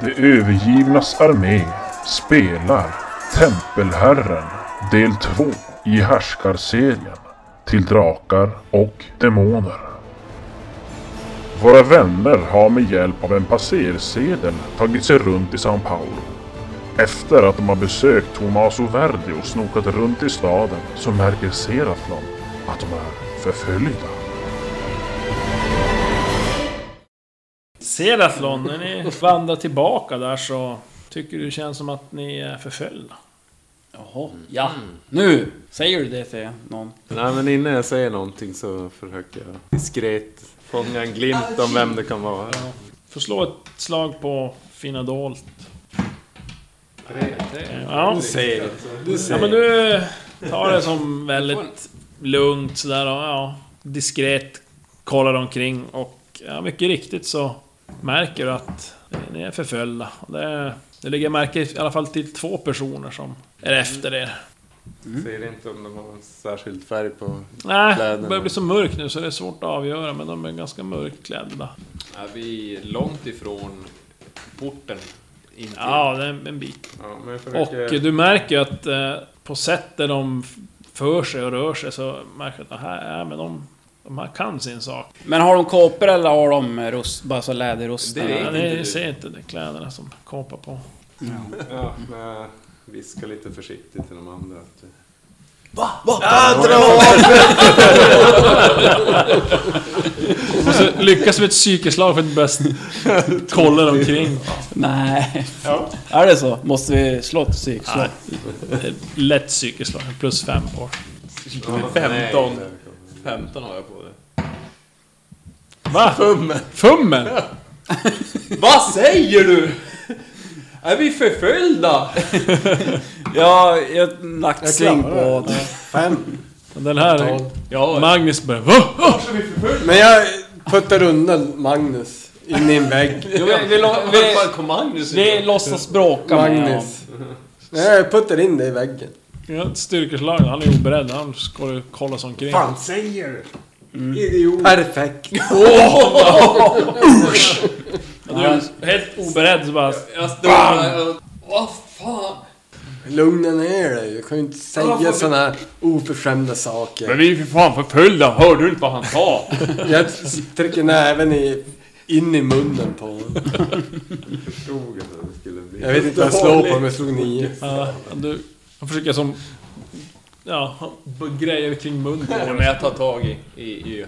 De övergivnas armé spelar Tempelherren del 2 i härskarserien till drakar och demoner. Våra vänner har med hjälp av en passersedel tagit sig runt i São Paulo. Efter att de har besökt Tomaso Verdi och snokat runt i staden så märker Seraflon att de är förföljda. Seraflon, när ni vandrar tillbaka där så tycker du det känns som att ni är förföljda. Jaha, ja. Nu! Mm. Säger du det till någon? Nej men innan jag säger någonting så försöker jag diskret fånga en glimt om vem det kan vara. Mm. Får slå ett slag på fina dolt. Du Ja. ser det. Du ja, ser men det. du tar det som väldigt lugnt sådär och ja, diskret kollar omkring och ja, mycket riktigt så märker du att ni är förföljda. Det, det ligger märke i alla fall till två personer som är efter er. Ser inte om de har en särskild färg på... Nej, det Kläderna. börjar bli så mörkt nu så det är svårt att avgöra men de är ganska mörkklädda. Är vi långt ifrån porten? In till? Ja, det är en bit. Ja, men jag Och försöker... du märker ju att eh, på sätt där de f- för sig och rör sig så märker du att det här är, men de, de här kan sin sak. Men har de kåpor eller har de rust, bara så läderrustar? Det vet Ja, inte ni du. ser inte de kläderna som kåpar på. Ja, men jag viskar lite försiktigt till de andra. att- Och så lyckas med ett psykeslag för att bäst kolla omkring. Nej. Är det så? Måste vi slå ett psykslag? Nej, ett lätt psykeslag, plus fem på. Ja, 15. nej, 15 har jag på det. Va? Fummel! Fummel? Vad säger du? Är vi förföljda? Ja, jag nacksling på... Fem. Den här... Ja, Magnus börjar... Va? Va? Men jag puttar undan Magnus in i en vägg. Jo, vi, vi, lo- vi... vi, kom Magnus vi låtsas bråka med honom. Magnus. Nej, jag puttar in dig i väggen. Ja, ett styrkeslag. Han är oberedd. Han ska kolla sig omkring. Fan säger du? Idiot. Mm. Perfekt. Ja, Du är helt oberedd så bara... Jag står där och... Vad fan? Lugna ner dig. Du kan ju inte säga såna här oförskämda saker. vi är för fan förföljda! Hör du inte vad han sa? Jag trycker näven i, in i munnen på honom. Jag förstod inte att det skulle bli... Jag vet inte vad jag slår på, men jag slog nio. Ja, du... Han försöker som... Ja, han b- grejer kring munnen. Ja, men jag tar tag i... i, i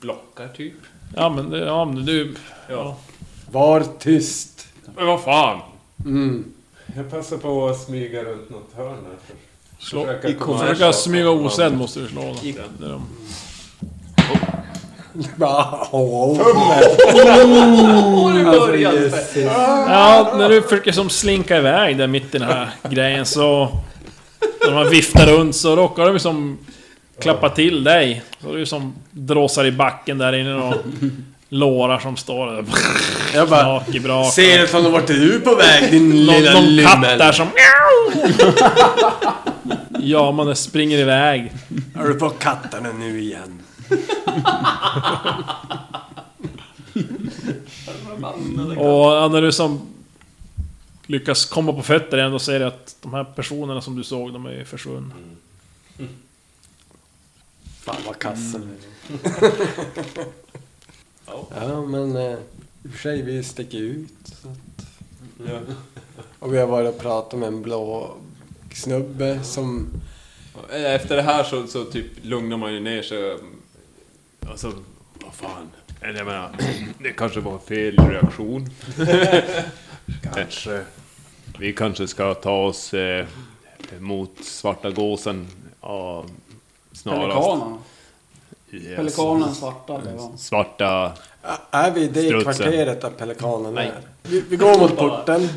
blockar typ. Ja men, det- ja, men du... Ja. Var tyst. Men vad fan! Mm. Jag passar på att smyga runt något hörn här. För... Slå... Försöka komma Försöka här. smyga osedd måste du slå. då. Det är de- Bara, åh, Fummel! Och nu Alltså, börjar det! Jesus. Ja, när du försöker som slinka iväg där mitt i den här grejen så... När man viftar runt så råkar de ju som klappa till dig. Så du som dråsar i backen där inne och lårar som står där. Jag bara, Brak i brak. ser det som vart är du på väg din Någon, lilla någon katt lymmel? där som... Ja, man springer iväg. Är du på katterna nu igen? Och ja, när du som lyckas komma på fötter igen, då ser du att de här personerna som du såg, de är ju försvunna. Fan vad kassen Ja men eh, i och för sig vi sticker ut så att... Och vi har varit och pratat med en blå snubbe som... Eh, Efter det här så, så typ lugnar man ju ner sig. Alltså, vad fan. Eller jag menar, det kanske var fel reaktion. Kanske. Vi kanske ska ta oss eh, mot svarta gåsen. Ja, snarast. Pelikanen. Yes. Pelikanen svarta, det var. Svarta... Ä- Är vi i det Strutsen. kvarteret där pelikanen Nej. är? Vi, vi går mot porten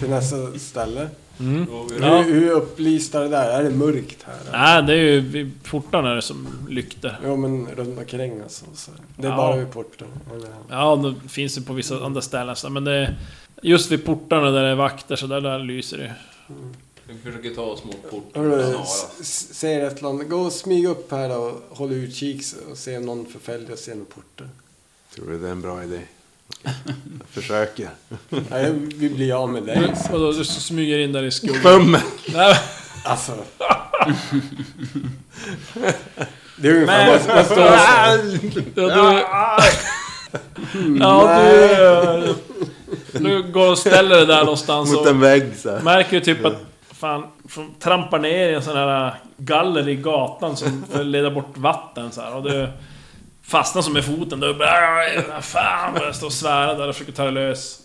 till nästa ställe. Hur, Ja. hur upplyst är det där? Är det mörkt här? Nej, det är ju... vi- Portarna är det som lykter. Jo men runt omkring alltså. Så. Det är Ja. bara vid porten. Eller här. Ja, det finns ju på vissa andra ställen så, men det... Just vid portarna där det är vakter så där, där lyser det. Vi försöker ta oss mot porten Hörru, snarast. ser ett land. Gå och smyg upp här och håll utkik och se om någon förföljer oss genom porten. Tror du det är en bra idé? Jag försöker. Nej, vi blir av med dig. Vadå, du smyger in där i skogen? Bum! Nej, Alltså. Det är ungefär vad som står så. ja, du... Ja, du... eh, Du går och ställer dig där någonstans Alltså- Mot och en vägg så här. märker typ att... Fan, från- trampar ner i en sån här galler i gatan som för att leda bort vatten så här. Och du fastnar som med foten. Du bara... Fan, börjar stå och svära där och försöker ta dig lös.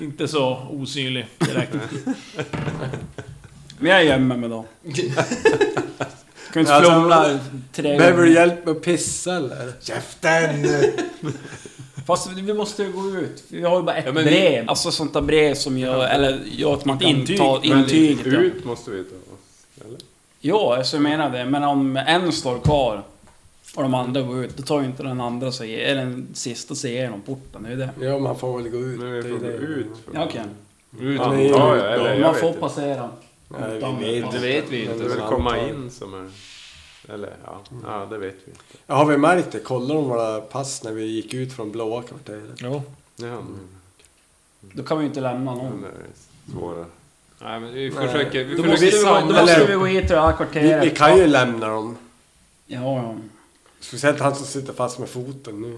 Inte så osynlig direkt. Men jag gömmer mig då. Kan inte Alltså, flumla tre Behöver du gånger. hjälp med att pissa eller? Käften! Fast vi måste ju gå ut. Vi har ju bara ett Ja, men vi- brev. Alltså sånt där brev som gör... Eller gör att man kan Intyg. ta Men intyget. ja. Ut måste vi ta. Ja, alltså jag menar det. Men om en står kvar och de andra går ut, då tar ju inte den andra sig, eller den sista sig igenom porten. Det är ju det. Ja, man får väl gå ut. Men vi får gå Det är det. ut från... Ja, Okej. Ut Ja, och- nej, ja, ut ja, eller, jag Man vet får inte. passera. Nej, Utan- vi vet Det vet vi Det inte. är väl Men komma antar- in som är... Eller ja, Mm. ja det vet vi inte. Ja, Har vi märkt det? Kollade de våra pass när vi gick ut från blåa kvarteret? Jo. Ja, men, Då kan vi ju inte lämna Mm. ja, någon. det är svårare. Nej, men vi Nej. försöker... Vi Då Då försöker måste, vi, gå- då måste vi gå hit till det här Vi, kvarteret. vi kan ju lämna dem. Ja, ja. Speciellt han som sitter fast med foten nu.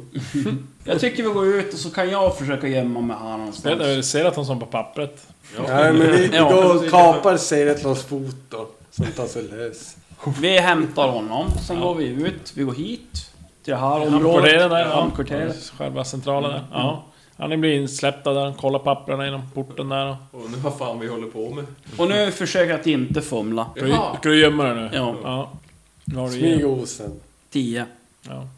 Jag tycker vi går ut och så kan jag försöka gömma mig Jag här vet någonstans. inte, ser att hon som på pappret. Nej men vi, vi Ja. går och kapar Seiretlons fot då. Som tar sig lös. Vi hämtar honom, sen går vi ut. Vi går hit. Till det här området. Hamnkvarteret där, ja. Hamnkvarteret. Själva centrala där. Ja. Ja, ni blir insläppta där, kollar papperna genom porten där. och- Och nu vad fan vi håller på med. Och nu försöker jag att inte fumla. Ska du, ska du gömma dig nu? Ja. ja. Nu har du igen. Smygosen. Tio. Ja.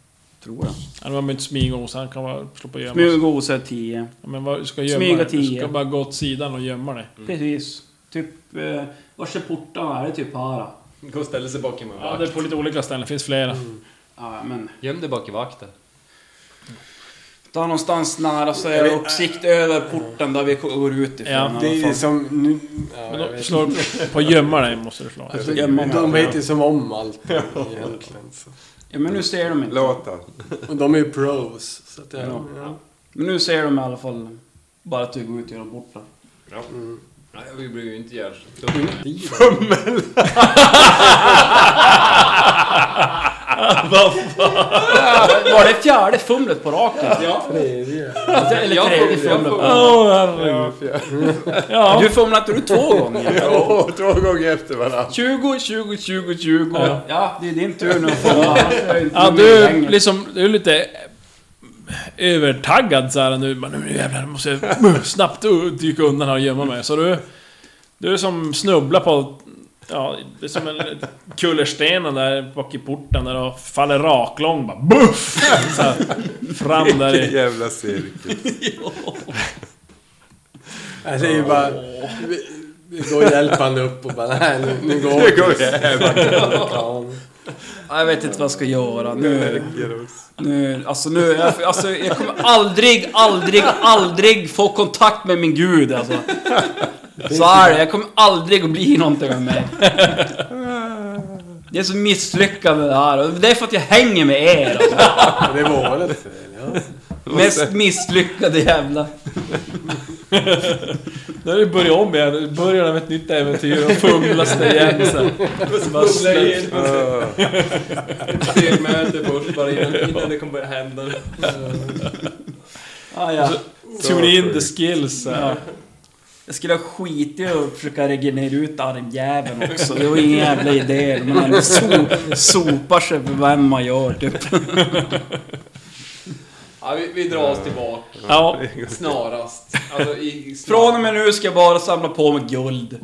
Tror jag. Ja, man behöver inte smyga oss, han kan bara slå på gömma sig. Smyga osedd tio. Ja, men vad, du ska gömma Smyga dig. Du tio. ska bara gå åt sidan och gömma dig. Precis. Typ... Eh, vars är portarna? Är det typ här? då? Gå och ställa sig bakom en Ja, vakt. det är på lite olika ställen, det finns flera. Mm. Ja, men... Göm dig bak i vakten. Där någonstans nära så är jag uppsikt över porten där vi går ut Ja, ifrån. i alla Det är ju fall. som nu... Ja, Men jag då vet. slår du på gömma dig, måste du slå. Så gömmer man De sig. vet ju som om allt egentligen. Så. Ja, men nu ser de inte. Låt han. Och de är ju pros. Så att jag, Ja. ja. Men nu ser de i alla fall bara att du går ut genom porten. Ja. Nej, vi blir ju inte Mm. ihjälskjutna. Var det fjärde fumlet på raken? Ja, Tredje. Eller tredje fumlet? får- Åh, herregud. Ja, fjär- Ja. Du fumlade inte du två gånger? Åh, två gånger efter varandra. 20, 20, 20, 20. Ja. Ja, det är din tur nu att fumla. Jag är inte Ja, med du längre. liksom, du är lite övertaggad så här nu. Men nu jävlar, nu måste jag snabbt dyka undan här och gömma mig. Så du... Du är som snubblar på... Ja, det är som en kullerstenen där bak i porten där och faller raklång bara buff! Så här, fram där i... Jävla cirkus. Alltså det är ju bara... Vi, vi går och hjälper han upp och bara nej nu, nu går Nu går vi hem. vi. Ja, Jag vet inte vad jag ska göra. Nu, nu, alltså nu, jag, alltså, jag kommer aldrig, aldrig, aldrig få kontakt med min gud alltså. Så är det, jag kommer aldrig att bli någonting med mig. Det är så misslyckande det här. Och Det är för att jag hänger med er alltså. Ja, Det var vårat fel ja. Mest misslyckade jävla... Då är det börja om igen. Du börjar med ett nytt äventyr och fumlas det igen så här. Så bara släpps- Stegmöte först bara innan, innan det kommer börja hända. Ah, ja. Tune in the skills så här. Jag skulle ha skitit och försöka regenerera ut armjäveln också. Det var ingen jävla idé. Man so, sopar sig för vem man gör typ. Ja, vi, vi drar oss tillbaka Ja. snarast. Alltså, i, Från och med nu ska jag bara samla på mig guld.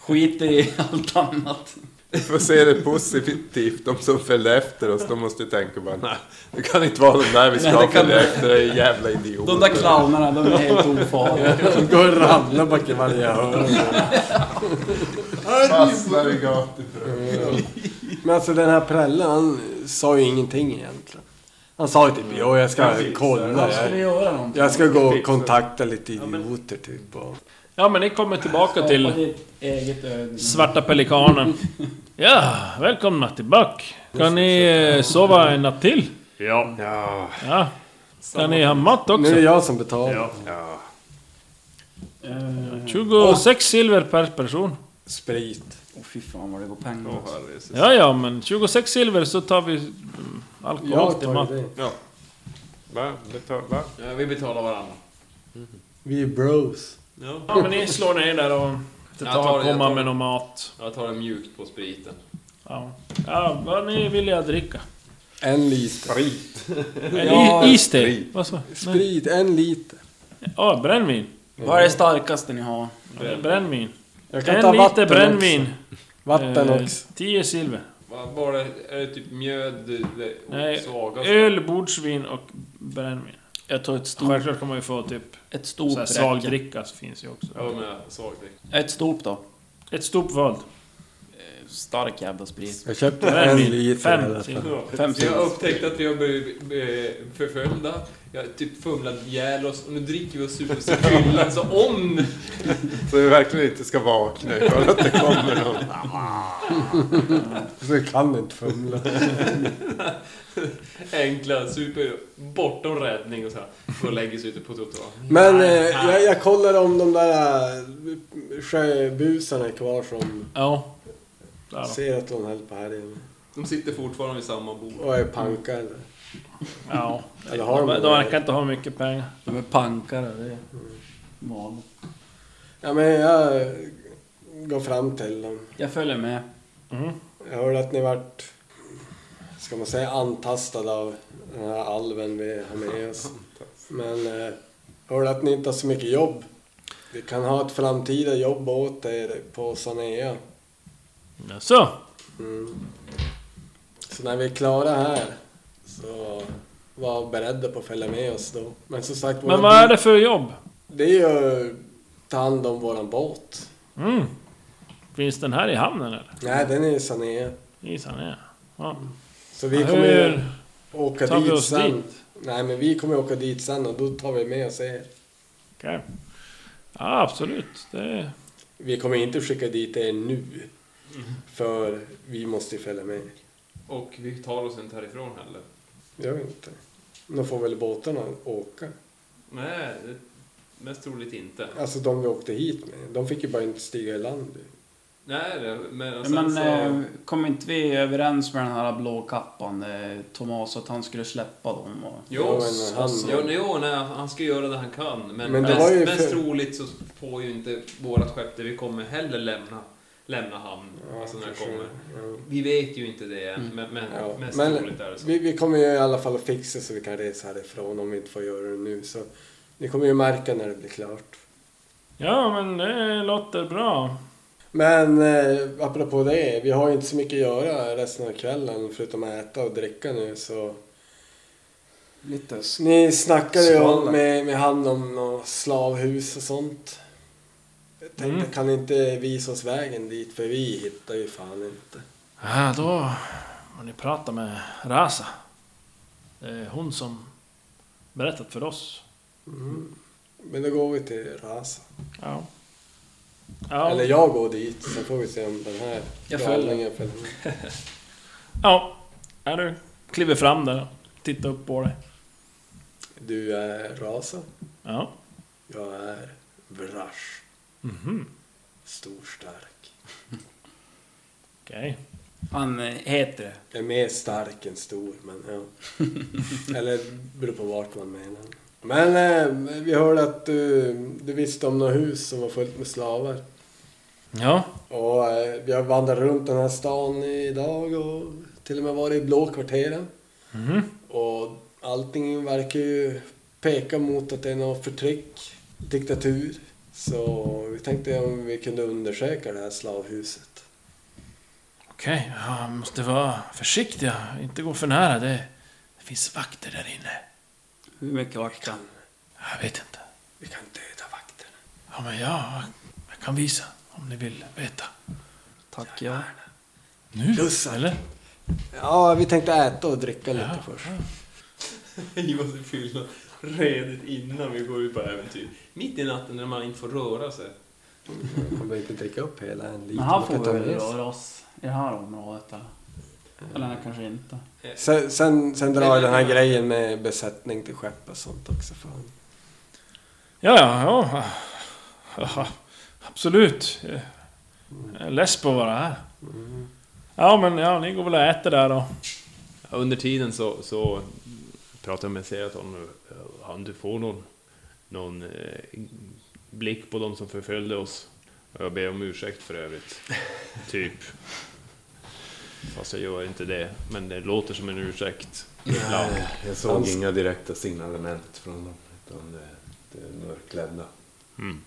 Skit i allt annat. Vi får se det positivt. De som följde efter oss, de måste ju tänka bara nej, det kan inte vara de där vi Nej, det ska kan- följa efter. Det är jävla De idioter. där clownerna, de är helt ofarliga. De går och ramlar bak i varje hörn. Fastnar i gatubrunn. Men alltså den här prällen, han sa ju ingenting egentligen. Han sa ju typ jo jag ska kolla. Vad ska vi Jag, göra någonting? jag ska gå och kontakta lite idioter typ. Och... ja, men ni kommer tillbaka till... Skapa ditt eget öde. Svarta pelikanen. Ja, välkomna tillbaka. Kan ni eh, sova en natt till? Ja, Ja. Kan ni ha mat Nu är också? det jag som betalar. Eh, 26 silver per person. Sprit. Åh fy fan vad det går pengar. alltså. Ja, ja, men 26 silver så tar vi mm, alkohol Jag till tar mat. ju det. Va? Betal, va? Ja, vi betalar varandra. Vi är bros. Ja, men ni slår ner där och inte Jag tar tar det, jag komma tar med det. någon mat. Jag tar det mjukt på spriten. Ja. ja, vad ni vill jag dricka? En liter. En Ja, i- iste? Vad sa Nej. Sprit, en liter. Ja, brännvin. Vad är det starkaste ni har? Brännvin. Jag kan ta En vatten liter brännvin. Också. Vatten Eh, också. 10 silver. Vad var det? Är det typ mjöd? Det, Nej, Eh. svaga? Öl, bordsvin och brännvin. Jag tar ett stort, Självklart kan man ju få typ ett så här stort räcke. svagdricka så finns ju också. Ja, men svagdryck. Ett stort då. Ett stort vad? Stark jävla sprit. Jag köpte en Brännvin. liter. Fem eller? silver. Fem Så jag silver. har upptäckt att vi har blivit eh, förföljda. Jag har typ fumlat ihjäl oss och nu dricker vi oss super så fylla. Så om... Så vi verkligen inte ska vakna ifall att det kommer någon. Så jag kan inte fumla. Enkla, super bortom räddning och så här. Går och lägger sig ute på trottoaren. Men eh, jag, jag kollade om de där eh, sjöbusarna är kvar som Ja. Där då. ser att de höll på här inne. De sitter fortfarande vid samma bord. Och är pankade. Ja. Eller har De, de, de verkar inte ha mycket pengar. De är pankare, det är vanligt. Ja men jag går fram till dem. Jag följer med. Jag hörde att ni vart, ska man säga antastade av den här alven vi har med oss. Men eh, jag hörde att ni inte har så mycket jobb. Vi kan ha ett framtida jobb åt er på Sanea. Så. Så när vi är klara här så var beredda på att följa med oss då. Men som sagt, Men våra vad är bi- det för jobb? det är ju att ta hand om våran båt. Mm. Finns den här i hamnen eller? Nej, den är ju Sanea. Isan är. Ja. Så vi Ja, kommer ju hur åka tar vi dit oss sen. dit? Nej, men vi kommer åka dit sen och då tar vi med oss er. Okej. Ja, absolut. Det... Vi kommer inte skicka dit er nu. För vi måste ju följa med. Och vi tar oss inte härifrån heller. Jag vet inte. Då får väl båtarna åka. Nej, det, mest troligt inte. Alltså de vi åkte hit med. De fick ju bara inte stiga i land. Nej, det, men och sen Men så... eh, kom inte vi överens med den här blå kappan, eh, Thomas, att han skulle släppa dem? Och... Jo, men han- jo, jo nej, han ska göra det han kan. Men, Men det mest, var ju mest för- troligt så får ju inte vårat skepp där vi kommer heller lämna, lämna hamn. alltså när det kanske. kommer. Ja. Vi vet ju inte det än, men, men Ja, mest men troligt är det så. Vi, vi kommer ju i alla fall att fixa så vi kan resa härifrån om vi inte får göra det nu. Så ni kommer ju märka när det blir klart. Ja, men det låter bra. Men eh, apropå det, vi har ju inte så mycket att göra resten av kvällen förutom att äta och dricka nu så... Lite Ni snackade ju om, Svalna. med, med han om något slavhus och sånt. Jag tänkte, Mm. kan ni inte visa oss vägen dit? För vi hittar ju fan inte. Ja, då har ni pratat med Rasa. Det är hon som berättat för oss. Men då går vi till Rasa. Ja. Ja, Eller jag går dit, så får vi se om den här Jag följer. galningen följer med. ja. ja du kliver fram där och tittar upp på dig. Du är Rasa. Ja. Jag är Vrash. Mhm. Stor, stark. Okej. Han eh, heter det. Jag är mer stark än stor, men ja. Eller beror på vart man menar. Men eh, vi hörde att du, du visste om något hus som var fullt med slavar. Ja. Och eh, vi har vandrat runt den här stan idag och till och med varit i blå kvarteren. Mhm. Och allting verkar ju peka mot att det är något förtryck, diktatur. Så vi tänkte om vi kunde undersöka det här slavhuset. Okej, ja, måste vara försiktiga. Inte gå för nära. Det, det finns vakter där inne. Hur mycket vart han? Jag vet inte. Vi kan döda vakterna. Ja, men ja, jag kan visa om ni vill veta. Tack ja. Nu? Lussar. Eller? Ja, vi tänkte äta och dricka lite först. Vi måste fylla redigt innan vi går ut på äventyr. Mitt i natten när man inte får röra sig. Man behöver inte dricka upp hela en liter. Men han man får kan ta väl med sig. röra oss i det här området eller? Eller nej, kanske inte. Sen, sen, sen drar jag den här grejen med besättning till skepp och sånt också. Fan. Ja, ja, ja. Jaha, absolut. Jag är less på att vara här. Ja, men ja, ni går väl och äter där då. Ja, Under tiden så, så pratar jag med Seraton. eh, Han, du får någon, någon eh, blick på de som förföljde oss. Och jag ber om ursäkt för övrigt. typ. Fast jag gör inte det. Men det låter som en ursäkt. Ibland. Jag såg inga direkta signalement från dem. Utan det, det är eh, mörklädda. Mm.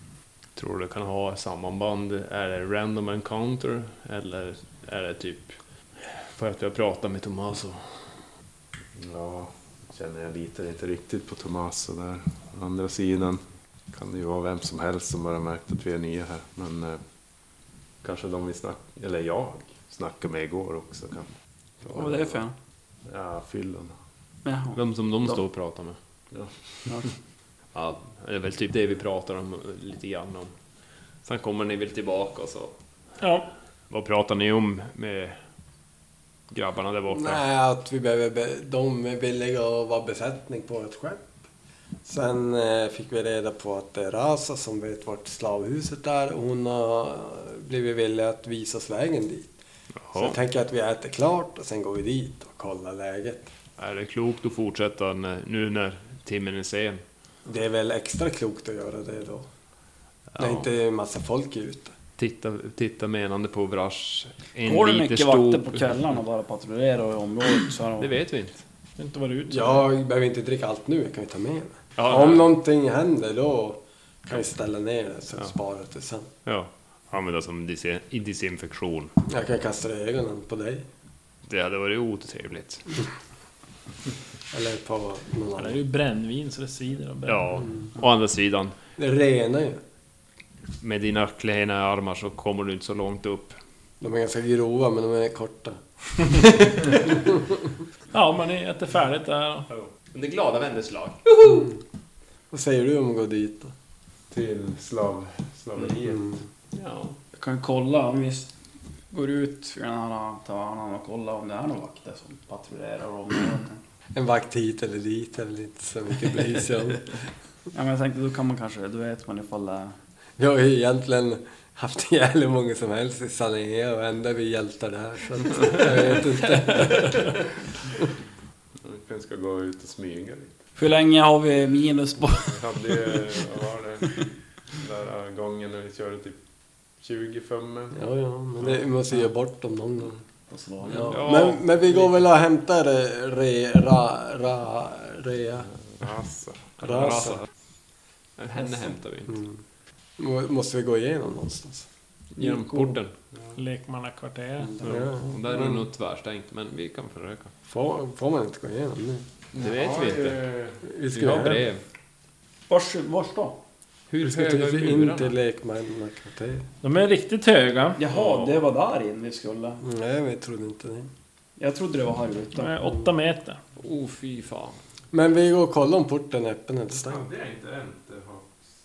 Tror du kan ha sammanband? Är det random encounter? Eller är det typ för att vi har pratat med Tommaso? Ja, känner jag litar inte riktigt på Tommaso där. Å andra sidan kan det ju vara vem som helst som bara märkt att vi är nya här. Men eh, kanske de vi snackade, eller jag snackade med igår också kan. Vad var det för en? Ja, fyllon. Jaha. Vem som de står och pratar med? Ja. Ja, det är väl typ det vi pratar om eh, lite grann om. Sen kommer ni väl tillbaka och så. Ja, Vad pratar ni om med grabbarna där borta? Nej, att vi behöver... Be- de är villiga att vara besättning på ett skepp. Sen eh, fick vi reda på att det är Rasa som vet vart slavhuset är och hon har blivit villig att visa oss vägen dit. Så Jaha. jag tänker att vi äter klart och sen går vi dit och kollar läget. Är det klokt att fortsätta när- nu när timmen är sen? Det är väl extra klokt att göra det då. När inte en massa folk är ute. Titta, titta menande på Vrash. En Går det liter mycket stor- vakter på kvällarna och bara patrullerar i området så Det här vet vi inte. det är inte vad det ut Jag behöver inte dricka allt nu, jag kan ju ta med mig. Ja, Om ja. någonting händer då kan vi ställa ner det så sparar det sen. Ja. Använda som dis- i disinfektion. Jag kan kasta det i ögonen på dig. Det hade varit otrevligt. Eller på någon Det är annan. ju brännvin så det svider och bränner. Ja, å andra sidan. Det renar ju. Med dina klena armar så kommer du inte så långt upp. De är ganska grova men de är korta. ja men ni äter färdigt där. Under glada vänders slag. Vad säger du om att gå dit då? Mm. Till slav, slaveriet. Ja. Jag kan ju kolla om vi går ut i den här tavernan och kollar om det är några vakter som patrullerar området. En vakt hit eller dit eller inte så mycket bry sig om. Ja, men jag tänkte då kan man kanske, då vet man ifall det är... Jag har ju egentligen haft ihjäl hur många som helst i Sané och ändå är vi hjältar där. Så att jag vet inte. Vi kanske ska gå ut och smyga lite. Hur länge har vi minus på... Vi hade ju, vad var det? Den där gången när vi körde typ 25. Ja, ja, men det, vi måste ju ge bort dem någon gång. Ja. Ja. Men, men vi går väl och hämtar eh, re, ra, ra, rea, Alltså. rasa. Henne hämtar vi inte. Mm. Må- Måste vi gå igenom någonstans? Genom porten. Lekmannakvarteret. Ja. Och där är det nog tvärstängt, men vi kan försöka. Får, får man inte gå igenom nu? Det vet vi inte. eh, Vi Vi har brev. Vars, vars då? Hur Vi ska höga är till, in murarna? till lekmannakvarteret. De är riktigt höga. Jaha, det var där in vi skulle. Nej, vi trodde inte det. Jag trodde det var här De ute. är åtta meter. Oh, fy fan. Men vi går och kollar om porten är öppen eller stängd. Det är inte en.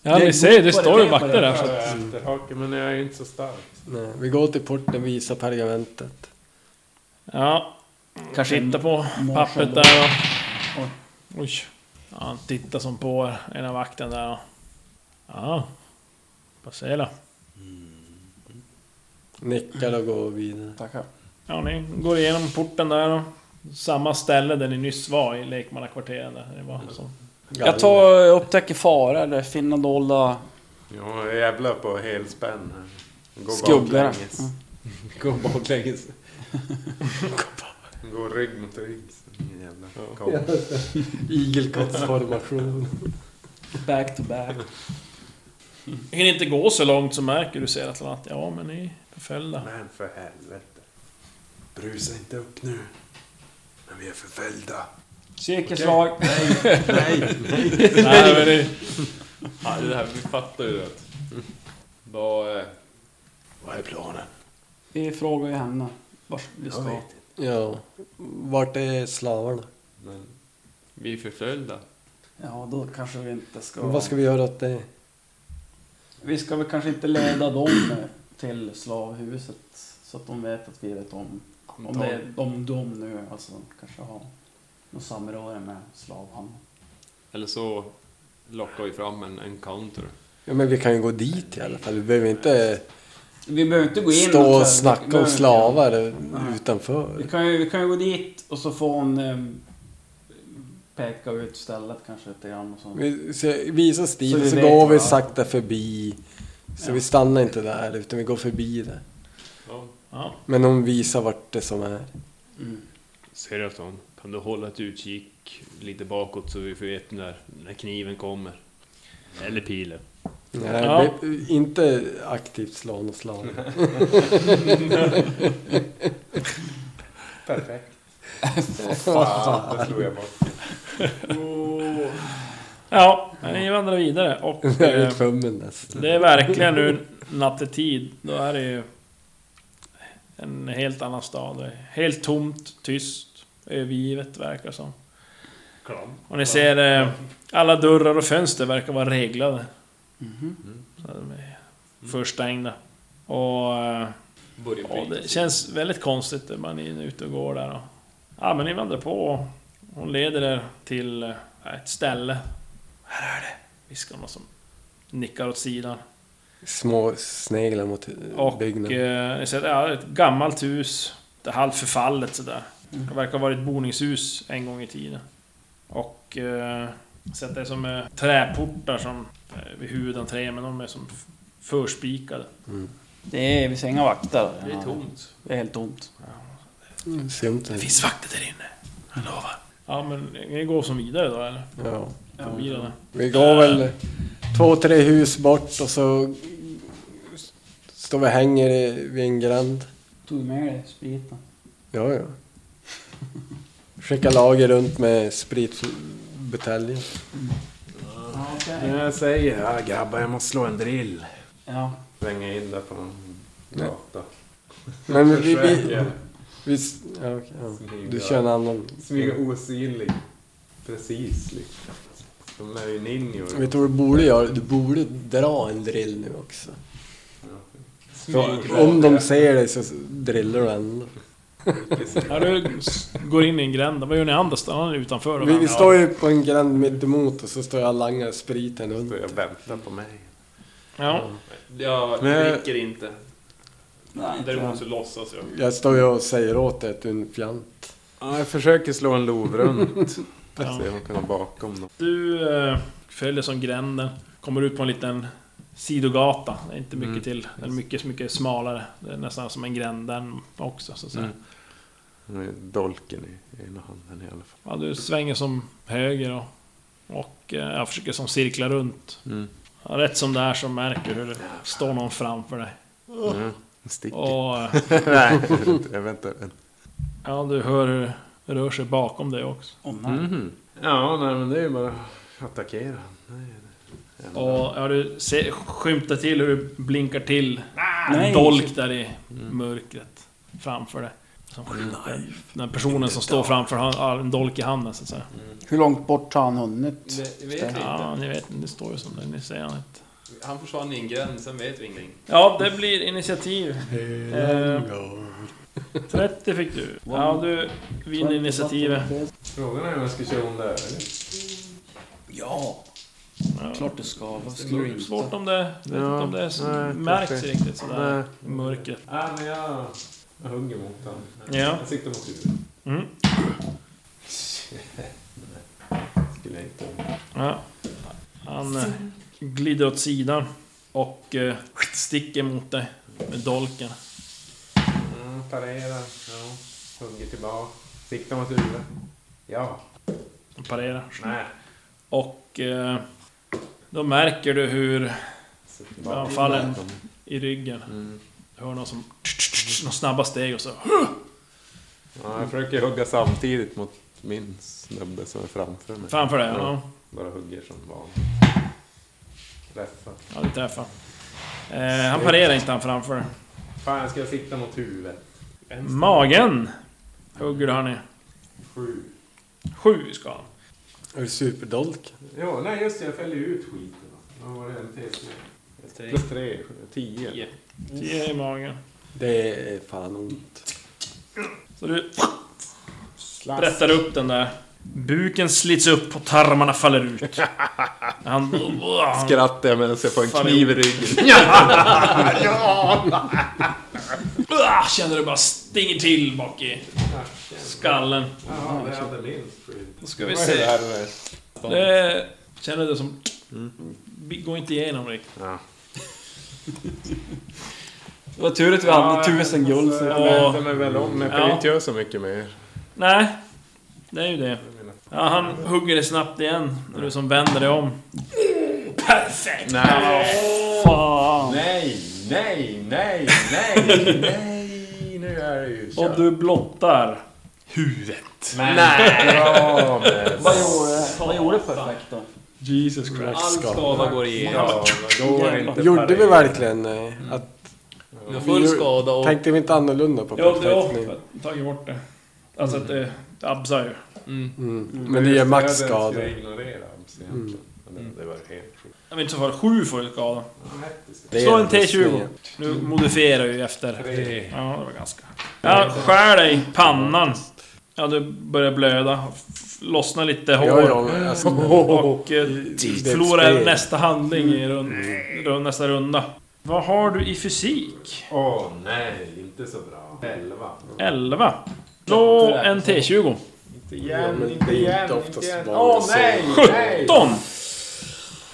Ja Det är ni ser ju, det gott står ju på det vakter där. Så. Jag är efterhake, men jag är inte så stark. Nej, vi går till porten, visar pergamentet. Ja. Kanske Titta på Morse pappret ändå. där då. Oj. Ja, han tittar som på er, ena vakten där då. Ja. Passera. Nickar och går vidare. Tackar. Ja, ni går igenom porten där då. Samma ställe där ni nyss var i lekmannakvarteret där ni var. Så. Jag tar, upptäcker fara eller finner dolda Ja, jag jävlar på helspänn här. Gå skuggor. baklänges. Mm. Gå baklänges. Gå rygg mot rygg. Ingen jävla kom. Igelkottsformation. Back to back. Ni kan inte gå så långt så märker du ser att att ja, men ni är förföljda. Men för helvete. Brusa inte upp nu. Men vi är förföljda. Cirkelslag. Nej, men det... Ja, det här, vi fattar ju det. Vad... eh, Vad är planen? Vi frågar ju henne vart vi Jag vet ska. inte. Ja. Vart är slavarna? Men Vi är förföljda. Ja, då kanske vi inte ska... Vad ska vi göra åt det? Vi ska väl kanske inte leda dem till slavhuset så att de vet att vi vet om Om, det, om de nu alltså, kanske har någon samröre med slavhandeln. Eller så lockar vi fram en, en counter. Ja, men vi kan ju gå dit i alla fall. Vi behöver inte Vi behöver inte gå in stå så här, och vi snacka om behöver- slavar Vi utanför. kan, ju, vi kan ju gå dit och så får hon ehm, peka ut stället kanske lite grann och så. Vi så visar Så vi stilen så vet går vi vad- sakta förbi. Så vi stannar inte där utan vi går förbi det. Ja. Ja. Men hon visar vart det som är. Seraton, kan du hålla ett utkik lite bakåt så vi får veta när, när kniven kommer? Eller pilen. Nej, Ja. be- Inte aktivt slå någon slav. Perfekt. Fan, det slog jag bort. Ja, men ni vandrar vidare och Det är eh, ett fummen nästan. det är verkligen nu nattetid. Då är det ju en helt annan stad. Det är helt tomt, tyst, övergivet verkar som. Och ni ser eh, alla dörrar och fönster verkar vara reglade. Så de är förstängda. Och eh, Börjar ja, bli. det känns väldigt konstigt när man är ute och går där. Och, ja, men ni vandrar på och hon leder er till eh, ett ställe. Här är det, viskar någon som nickar åt sidan. Små sneglar mot Och byggnaden. eh, ni ser att det är ett gammalt hus. Det är halvt förfallet sådär. Det verkar ha varit ett boningshus en gång i tiden. Och eh, så att det är som eh, träportar som eh, vid huvudentrén, men de är som f- förspikade. Det är, vi ser inga vakter. Det är tomt. Det är helt tomt. Symt. Det finns vakter där inne, jag lovar. Ja men ni går som vidare då eller? Ja. Förbi den där. Vi går väl två, tre hus bort och så står vi och hänger i- vid en gränd. Tog du med dig spriten? Ja, ja. Skickar lager runt med spritbuteljer. Ja, okej. Jag säger, ja grabbar jag måste slå en drill. Ja. Svänga in där på någon Nej. gata. Men vi... vi, vi, Försöker vi s- ja, okej, ja. Du kör en annan... smyga osynlig. Precis liksom. De är ju ninjor. Vet du vad du borde göra? Du borde dra en drill nu också. Så om de ser dig så drillar du ändå. Ja, du s- går in i en gränd. Vad gör ni andra? Stannar ni utanför? då? Vi, vi står ju på en gränd mitt emot och så står jag och langar spriten runt. Så jag väntar på mig. Ja. Jag Men- dricker inte. Nej, inte Däremot jag. så låtsas jag. Jag står ju och säger åt dig att du är en fjant. Ja, jag försöker slå en lov runt. Ja. Se om jag kan vara bakom dem. Du eh, följer som gränden. Kommer ut på en liten sidogata. Det är inte mycket till. Den är mycket, mycket smalare. Det är nästan som en gränd den också. Så att säga. Nu är Dolken i ena handen i alla fall. Ja, du svänger som höger och, och eh, jag försöker som cirkla runt. Mm. Ja, rätt som det är så märker du hur det står någon framför dig. Mm. Sticker. Och eh, Nej, jag väntar. ja, du hör hur det rör sig bakom dig också. Åh, nej. Mhm. Ja, nej men det är ju bara att attackera. Nej, det är Och ja, du ser, skymtar till hur du blinkar till Nej. en dolk där i mörkret framför dig. Som Den personen som står framför han har en dolk i handen så att säga. Hur långt bort har han hunnit? Det vet vi Ja, inte. ni vet, det står ju som det, ni ser han inte. Han försvann i en gräns, sen vet vi ingenting. Ja, det blir initiativ. Eh, 30 fick du. Ja, du vinner initiativet. Frågan är om jag ska köra om där. Ja, Ja. klart du ska. Vad skulle du Det är inte? Svårt om det... Vet inte om det så, nej, märks kanske. riktigt sådär Nej. i mörkret. Nej, men jag, jag hugger mot honom. Ja. Jag siktar mot huvudet. Mm. Skulle jag inte. Ja. Han eh, glider åt sidan och eh, sticker mot dig med dolken. Mm, parera. Ja. Hugger tillbaka. Siktar mot huvudet. Ja. Och parerar. Nej. Och eh, då märker du hur Så Ja, tillbaka. han faller i ryggen. Mm. Du hör någon som... Några snabba steg och så... Ja, jag försöker hugga samtidigt mot min snubbe som är framför mig. Framför dig. Ja, Bara hugger som van. Träffar. ja du träffar. Eh, han parerar inte han framför dig. Fan, jag ska sikta mot huvudet. Magen! Hugger du han i. Sju. Sju ska han. Är du superdolk? Ja, nej just det, jag fäller ju ut skiten. Vad var det? En T3? Plus tre, tio. Tio i magen. Det är fan ont. Så du sprättar upp den där. Buken slits upp och tarmarna faller ut. Han... Skrattar jag medan jag får en Fan, kniv i ryggen. Ah, känner du bara stinger till bak i skallen. Då ska vi se. Det känner du som... Går inte igenom riktigt. Det var tur att vi hade tusen guld. så- Jag vänder mig väl om, men jag kan Ja. ju inte göra så mycket mer. Nej, det är ju det. Ja, han hugger dig snabbt igen när du som vänder dig om. Perfekt! Fan. Nej, nej, nej, nej, nej. Nu är det ju Och du blottar huvudet. Bra med... Vad gjorde, vad gjorde perfekt då? Jesus Christ. All skada går igenom. Ja, då är det inte Gjorde vi parering. verkligen eh, att... Du har full skada och... Tänkte vi inte annorlunda på Ja, du perfekt nu? har tagit bort det. Alltså att det det absar ju. Mm. Men det ger max skada. Jag ignorera Abs Mm. egentligen. Men Det var helt sjukt. Jag vet inte så fall sju får du skada. Det Slå är en T20. snyggt. Nu modifierar ju efter. Ja, det var ganska... Ja, skär dig i pannan. Ja, du börjar blöda. F- Lossnar lite hår. Ja, ja, alltså, Och eh, ett förlorar spel. Mm. nästa handling i rund, rund, nästa runda. Vad har du i fysik? Åh nej, inte så bra. Elva. 11. Slå en T20. Inte Ja, igen, men inte det är igen, inte inte oftast igen. vad Åh jag nej, nej! 17!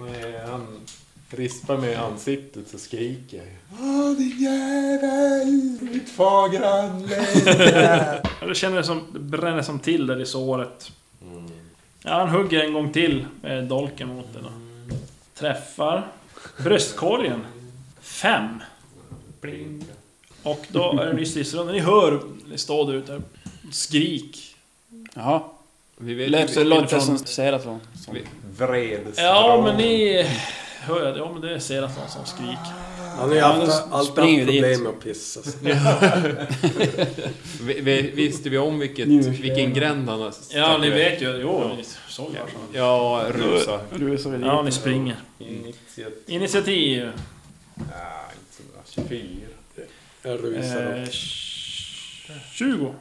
Eh, Han rispar mig i ansiktet så skriker jag. Åh din jävel! Mitt fagra anlände! Ja, Du känner det som det bränner som till där i såret. Mm. Ja, han hugger en gång till med dolken mot dig då. Träffar. Bröstkorgen. Fem. Bling. Och då är det ny stridsrunda. Ni hör, ni står där ute. Skrik. Jaha. Vi vet Lät ju... så långt inifrån. som säger att hon... Vred Ja, men ni... Hör, ja, men det ser att någon som skriker. Han har ju haft då alltid springer haft vi dit. problem med att pissa. så. vi, vi, visste vi om vilket, vilken gränd han har Ja, ni vet ju. Jo, ni såg ju. Ja, rusa. Du är så vid Ja, ni springer. Initiativ. Initiativ. Ah, inte så bra. 24. Jag rusar Eh, upp. 20.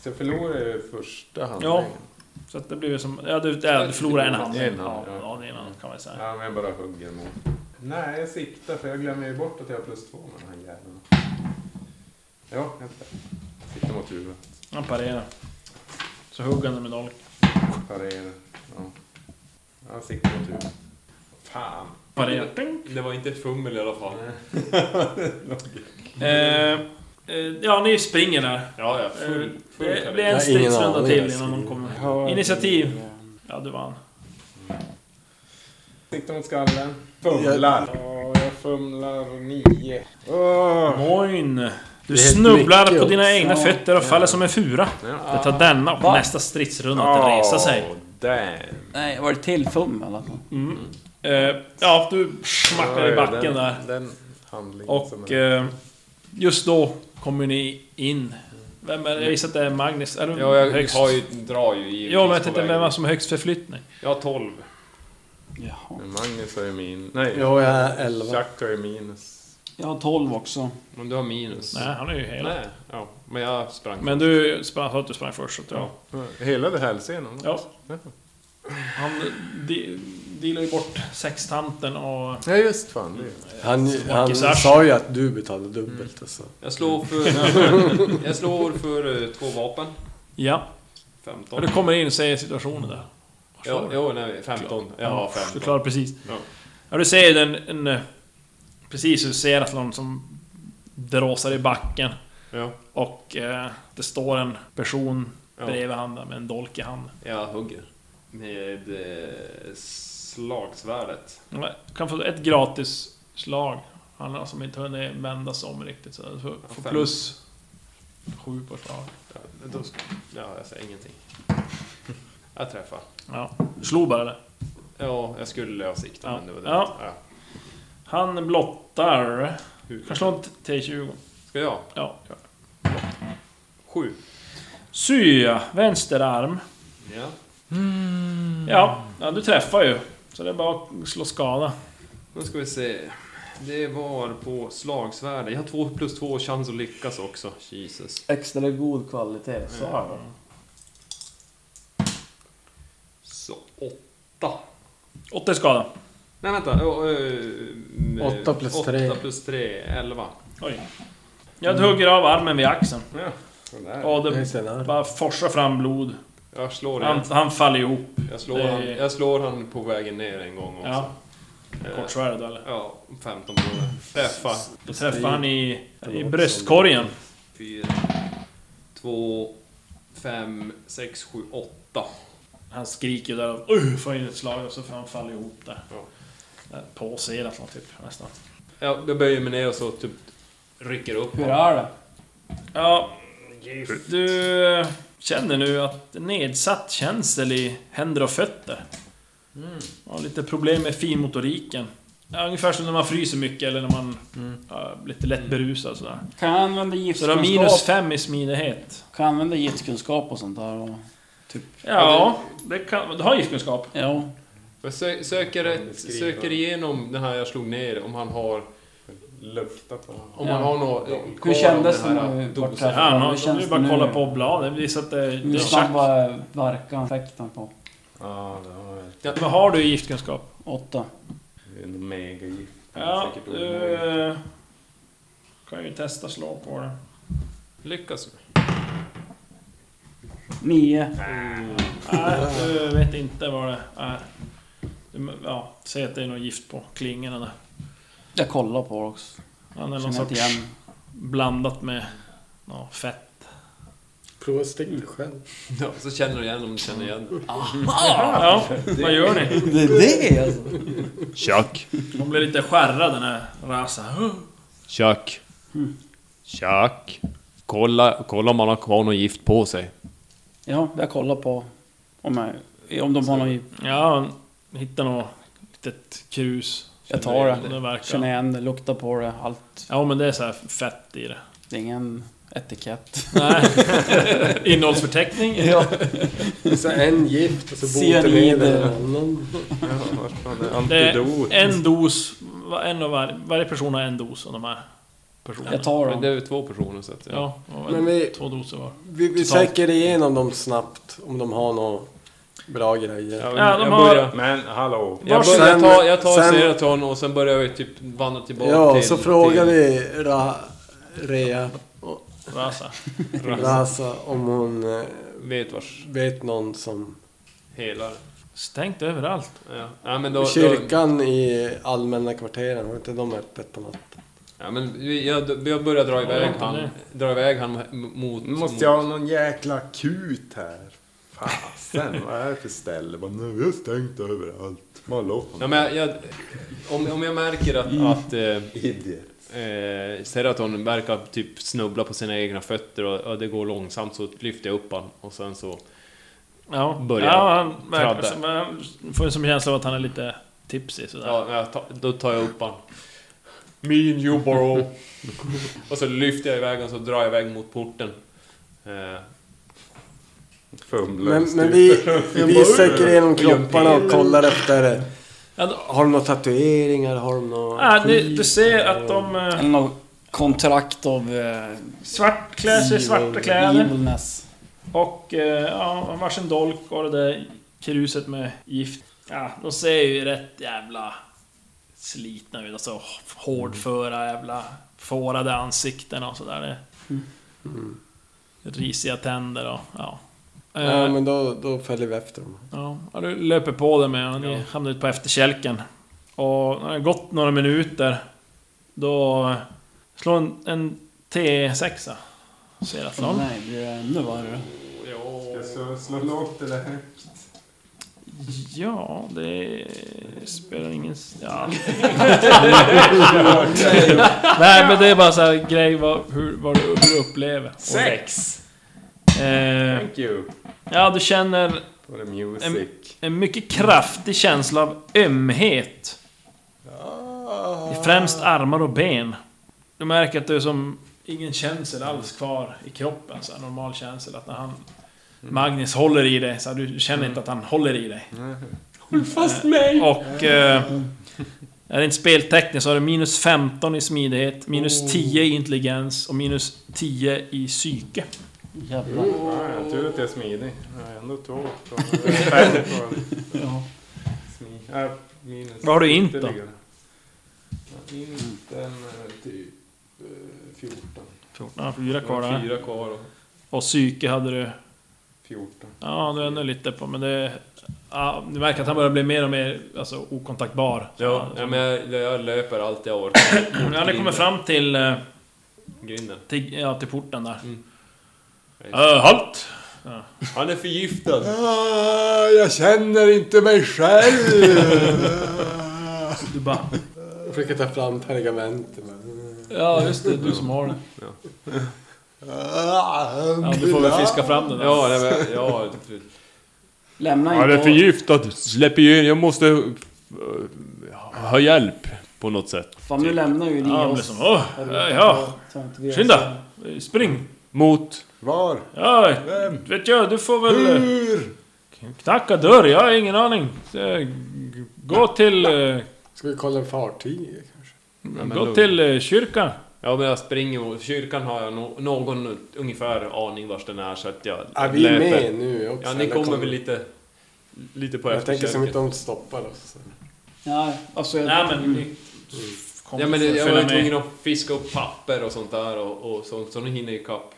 Så jag förlorade ju första Eh, Ja. handlingen. Så att det blir som... Ja, du, ja, du förlorar en hand. En Ja, hand, ja. ja, det är en hand kan man säga. Ja, men jag bara hugger mot. Nej, jag siktar för jag glömmer ju bort att jag har plus två med den här jäveln. Ja, jag siktar mot huvudet. Han parerar. Så hugger han med dolk. Parerar. Ja. Jag siktar mot huvudet. Fan. Parerar. Ding. Det var inte ett fummel i alla fall. Eh, eh, ja, ni springer där. Ja, ja. Eh, Full, full det, karriär. det är en Jag har ingen stridsrunda aning, till jag innan de skriver. kommer. Initiativ. Ja, du vann. Siktar mot skallen. Fumlar. Ja, jag fumlar nio. Åh! Moin! Du Det är snubblar mycket på dina också. egna fötter och faller som en fura. Det tar denna och nästa stridsrunda att resa sig. Oh, damn. Nej, var det till fum eller? Eh, ja, du smackar i Ja, backen den, där. Den handlingen som Och är... eh, just då kommer ni in. Vem är det? Jag gissar att det är Magnus. Är du Ja, jag högst? har ju, drar ju givetvis Ja, men jag på tänkte vägen. vem som har högst förflyttning. Jag har 12. Jaha. Men Magnus har ju min... Nej, Jo, jag är 11. Chuck har ju minus. Jag har 12 också. Men du har minus. Nej, han är ju hela. Nej. Ja, men jag sprang. Men du sprang, sa att du sprang först. Så att, ja. Hela det hälsenan? ja. Han de, dealar ju bort sextanten och... Ja, just fan. Det är... Han, han Smackisar. sa ju att du betalade dubbelt. Alltså. Jag slår för... jag slår för eh, två vapen. Ja. Och 15. du kommer in och säger situationen där. Ja, jo, nej, 15. Jag har Du 15. klarar precis. Ja. Ja. du ser den... En, eh, precis, du ser att någon som dråsar i backen. Ja. Och eh, det står en person Ja. bredvid han där med en dolk i handen. Jag hugger. Med eh, slagsvärdet. Nej, Du kan få ett gratis slag. Han har som inte hunnit vända sig om riktigt. Så du får, får fem. plus sju på slag. Ja, då ska, ja, jag säger ingenting. Jag träffar. Ja. Du slog bara det. Ja, jag skulle ha siktat Ja. men det var det. Ja. Han blottar... Du kan slå en T20. Ska jag? Ja. gör det. Sju. Sy, vänster arm. Ja. Ja, ja, du träffar ju. Så det är bara att slå skada. Då ska vi se. Det var på slagsvärde. Jag har två plus två chans att lyckas också. Jesus. Extra god kvalitet. Så här då. Så åtta. Åtta i skada. Nej vänta. Ö, ö, m- Åtta plus tre. Åtta plus tre, elva. Oj. Jag hugger av armen vid axeln. Ja. Och Det är det sen här. bara forsar fram blod. Jag slår, Han, igen. han faller ihop. jag, slår det- han, jag slår han på vägen ner en gång också. Ja. Eh, Kortsvärd eller? Ja, 15 kronor. Träffa. Då träffar han i, i bröstkorgen. 4, 2, 5, 6, 7, 8. Han skriker där och uh, får in ett slag och så får han falla ihop där. Ja. Där Påserat något typ nästan. Ja, jag böjer mig ner och så typ rycker upp Hur honom. är det? Ja, du eh, känner nu att nedsatt känsel i händer och fötter. Har lite problem med finmotoriken. Ja, ungefär som när man fryser mycket eller när man ja, blir lite lätt berusad sådär. Kan jag använda Så du har giftkunskap? minus fem i smidighet. Kan jag använda giftkunskap och sånt där? Och, Ja, det kan, du har giftkunskap. ja. Jag sö söker, ett, skriver. söker igenom den här jag slog ner om han har... Lukta på honom. Om Ja. han har något Hur kändes det när vi var dosen? Ja, träffade? han Hur har, om känns du det bara nu? kolla på bladet, det visar att det, det Hur är snabb tjack. var verkan, effekten på? Ja, det har jag. Vad har du i giftkunskap? Åtta. Det är en megagift. Ja, Säkert du onödigt. eh, kan ju testa slå på det. Lyckas Nio. Nej, du vet inte vad det är. Du, ja, säg att det är något gift på klingorna där. Jag kollar på det också. Han är någon Känner inte sorts igen. blandat med ja, fett. Prova stick dig själv. ja, Så känner du igen om du känner igen. Ja, vad gör ni? Det är det alltså. Tjack! De blir lite skärrade den här Rasa. Tjack! Tjack! Kolla, kolla om han har kvar något gift på sig. Ja, jag kollar på om, jag, om de har någon... Ja, hittar något litet krus. Jag tar det. Det Känner verkar. igen det, luktar på det, allt. Ja, men det är så här fett i det. Det är ingen etikett. Nej. Innehållsförteckning? Ja. Så en gift och så Cyanid. botemedel en annan. Ja, vad fan, det är Det är antidot. en dos, va- en av varje, varje person har en dos av de här personerna. Jag tar Men det dem. är ju två personer så att... Ja. Ja, och Men vi- två doser var. Vi, vi Totalt. söker igenom dem snabbt om de har några bra grejer. Jag, Ja, de jag har- börjar... Men hallå. Jag, Varsin- börjar, jag tar, jag tar sen- Seraton och sen börjar jag typ vandra tillbaka Ja, till... så frågar till- vi Ra, Rea Rasa. Rasa om hon eh, Vet vars vet någon som... helar. Stängt överallt. Ja. ja, men då... då Kyrkan i allmänna kvarteren, har inte de öppet på natt? Ja, men vi- jag, jag börjar dra iväg vänta han, nu. dra iväg han mot... Nu måste jag ha någon jäkla akut här. Fasen, vad är det för ställe? Bara, nu har jag stängt överallt. Vad låg Ja, men jag, jag, om, om jag märker att, Mm. att eh, Idiot. eh, Seraton verkar typ snubbla på sina egna fötter och, och det går långsamt så lyfter jag upp han och sen så... Ja, Börjar ja han verkar tradda. som, man får en som känsla av att han är lite tipsig sådär. Ja, jag tar- då tar jag upp han. Me and you bro. och så lyfter jag iväg honom så drar jag iväg mot porten. Eh, Fumlar Men, men vi, vi söker igenom gör en kropparna och kollar efter... Ja, då- Har de några tatueringar? Har de några... Ah, ni, du ser att de... Eh, Eller något kontrakt av... Eh, svart, klär sig i svarta evil- kläder. Evilness. Och eh, ja, varsin dolk och det där kruset med gift. Ja, de ser ju rätt jävla slitna ut. Alltså hårdföra jävla fårade ansikten och sådär. Det, Risiga tänder och ja. Mm. Ja, Eh, men då, då följer vi efter dem. Ja, ja, du löper på det med och ni hamnar ut på efterkälken. Och när det har gått några minuter, då slår en, en T6. Ser att någon. Nej, det blir ännu värre. Jag ska slå lågt eller högt. Ja, det spelar ingen... s- Ja. Nej, men det är bara så här grej vad, hur, vad du, hur du upplever. Sex! Eh, Thank you. ja, du känner For the music. en mycket kraftig känsla av ömhet. I främst armar och ben. Du märker att du är som ingen känsel alls kvar i kroppen. Så här, normal känsel. Att när han... Magnus håller i dig, så Mm. här, du känner inte att han håller i dig. Håll fast mig! Och... Eh, Är det inte speltekniskt så har du minus 15 i smidighet, minus 10 i intelligens och minus 10 i psyke. Jävlar. Ja, tur att jag är smidig. Jag har ändå två från... Fem från... Ja. Smi... Äh, minus... Vad har du inte då? ytterligare. Ja, Inte en eh, typ... eh, 14. Ja, fyra Jag har kvar där. Fyra kvar och Och psyke hade du... 14. Ja, du är ännu lite på, men det... Ja, du märker att han börjar bli mer och mer alltså, okontaktbar. Ja, ja men jag, jag löper allt jag orkar. Ja, ni kommer fram till, eh, Grinden. till, ja, till porten där. Mm. Äh, halt! Han är förgiftad. Ah, jag känner inte mig själv! Du bara... Jag försöker ta fram pergamentet. Ja, just det. Du som har den. Ja, Ja, du får väl fiska fram den. Ja, det var, ja, Lämna Han inte är förgiftad. Släpp igen. Jag måste eh, ha hjälp på något sätt. Fan nu lämnar ju ni Ja, men oss. som, åh, ja, ja, Ta inte vi oss. skynda! Spring! Mot... Var? Ja, vet jag, du får väl... eh, Hur? Knacka dörr, jag har ingen aning. Eh, g- Gå till... eh, Ska vi kolla en fartyg? Gå till eh, kyrkan. Ja, men jag springer mot... Kyrkan har jag no, någon ungefär aning vars den är så att jag Är vi är med nu också? Ja, ni eller kommer väl lite... Lite på Jag tänker som efterkälken. inte de stoppar oss. Nej, alltså jag... Nej men... ni- kom Ja, men det, jag följ var ju med. tvungen att fiska upp papper och sånt där och, och sånt, så nu hinner jag ikapp.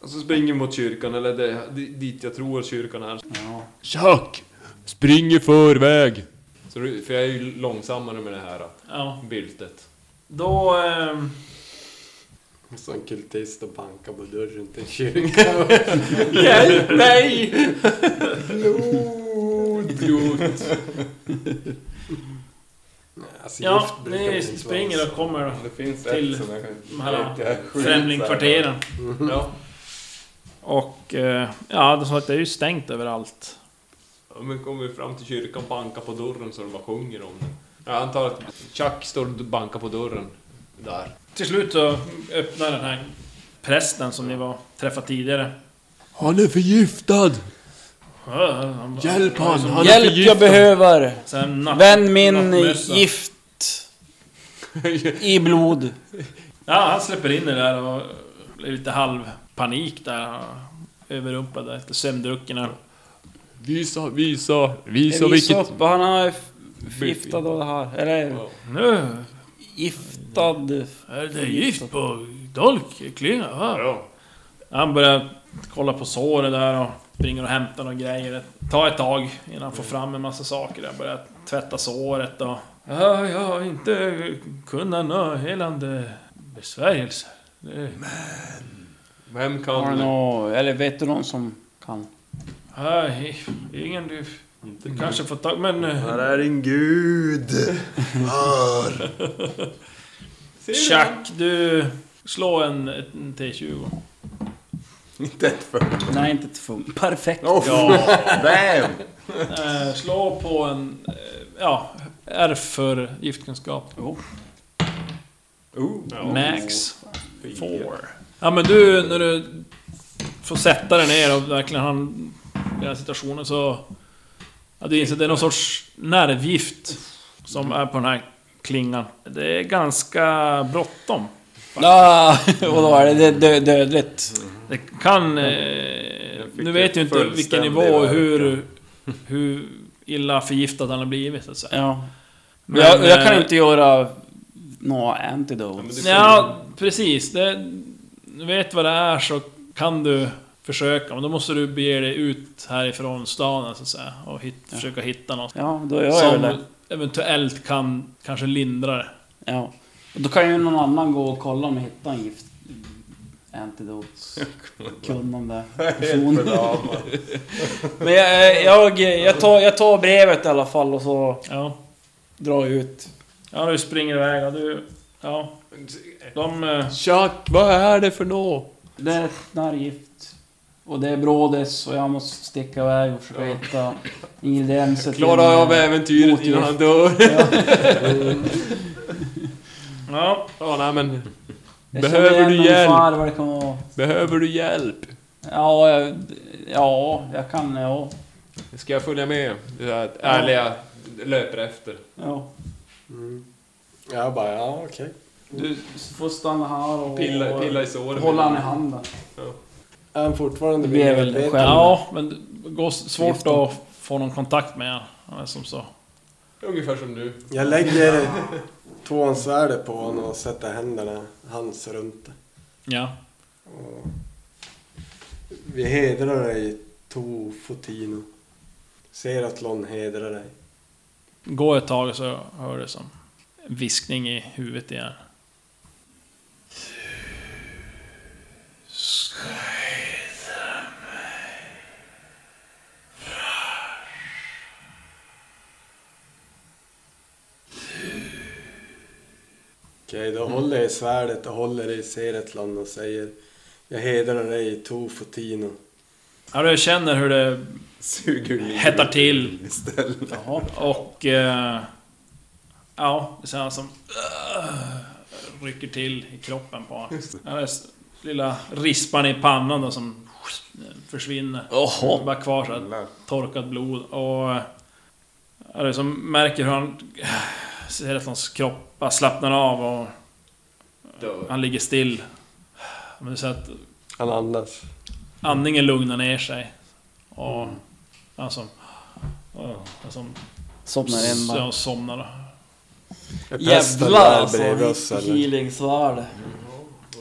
Och så springer jag mot kyrkan, eller det, di- dit jag tror kyrkan är. Ja. Tjack! Spring i förväg! Så, du- för jag är ju långsammare med det här eh, då, Ja, byltet. då... ehm, Så en kultist och bankar på dörren till kyrkan. Hjälp mig! Oh, Alltså, Ja, gift brukar man ni inte springer vara. och kommer Det finns Till ett som jag kan... de här Jag kan skjuta främlingkvarteren. Ja. Och... eh, Ja, det är som sagt, det är ju stängt överallt. ja, men kommer vi fram till kyrkan, bankar på dörren så de bara sjunger om det. Jag antar att Tjack står och bankar på dörren. Där. Till slut så öppnar den här prästen som ni var träffat tidigare. Han är förgiftad! Ja, han bara- Hjälp han! han Hjälp jag behöver! Sen natt- Vänd min nattmössa. gift i blod. Ja, han släpper in er där och blir lite halvpanik där. Överrumpad efter sömndruckna. Visa, visa, visa Så vilket... upp, han har förgiftad av det här. Eller Nu giftad... är det gift på dolkklingan. Ja. Han börjar kolla på såret där och springer och hämtar några grejer. Det tar ett tag innan han får fram en massa saker. Han börjar tvätta såret och... Ja, jag har inte kunnat nå helande besvärjelser. Det- Vem Har du kan... någon, eller vet du någon som kan? Nej, ingen du... Du kanske får tag... Men... eh, Här är din gud! Chuck, du... Slå en, en T20. Inte ett för... Nej, inte ett fum. Perfekt. Ja! Bam! Eh, slå på en... Eh, ja, R för giftkunskap. Oh. Max 4. Ja men du, när du får sätta dig ner och verkligen han... I den här situationen så... Ja, du inser att det är någon sorts nervgift som är på den här klingan. Det är ganska bråttom. Ah, och då är det dö- dö- dödligt. Det kan... Eh, fick nu vet ett ju inte vilken fullständig nivå och hur, verkan. hur illa förgiftad han har blivit. Så att säga. Ja. Men, jag, jag kan eh, inte göra några antidotes. Ja, precis. Det, du vet vad det är så kan du försöka, men då måste du bege dig ut härifrån staden så att säga. Och hit, försöka hitta något Ja, då gör jag väl det. som eventuellt kan kanske lindra det. Ja. Och då kan ju någon annan gå och kolla om vi hittar en gift... Antidotes. Kunnande person. Men jag, jag, jag, tar, jag tar brevet i alla fall och så Ja, drar jag ut. ja du springer iväg och du... Ja. De... eh, Tjack, vad är det för nå? Det är ett nervgift. Och det är brådes och jag måste sticka iväg och försöka hitta ingredienser Klarar jag av äventyret Motgift. innan han dör? Ja, Ja, nej men... Jag Behöver känner igen du ungefär hjälp? Vad det kan vara. Behöver du hjälp? Ja, jag, ja, jag kan, ja. Ska jag följa med? Det här ärliga löper efter. ja. Mm. Jag bara, ja okej. Du får stanna här och Pilla, pilla i såret. hålla han i handen. Är han fortfarande Det är väl medveten? själv. Ja, men det går s- svårt att få någon kontakt med honom. Han är som så. Ungefär som du. Jag lägger tvåansvärdet på honom och sätter händerna hans runt. Ja. Och vi hedrar dig Tofotino. Seratlon hedrar dig. Går ett tag så hör det som en viskning i huvudet igen. Okej, då håller jag i svärdet och håller i Seratlon och säger Jag hedrar dig Tofotino. Ja, du känner hur det Suger livet hettar till. istället. Och... Eh, ja, det känns som... eh, rycker till i kroppen på honom. Den där s- lilla rispan i pannan då som försvinner. Det är bara kvar så här, torkat blod och... eh, Ja, det är som märker hur han... eh, Ser att hans kropp bara slappnar av och... Han ligger still. Men du ser att Han andas. andningen lugnar ner sig. Och... Han som... och Han som Somnar en man. ja, somnar. då. Är prästen Jävlar där alltså. bredvid oss, eller? Healingsvärd.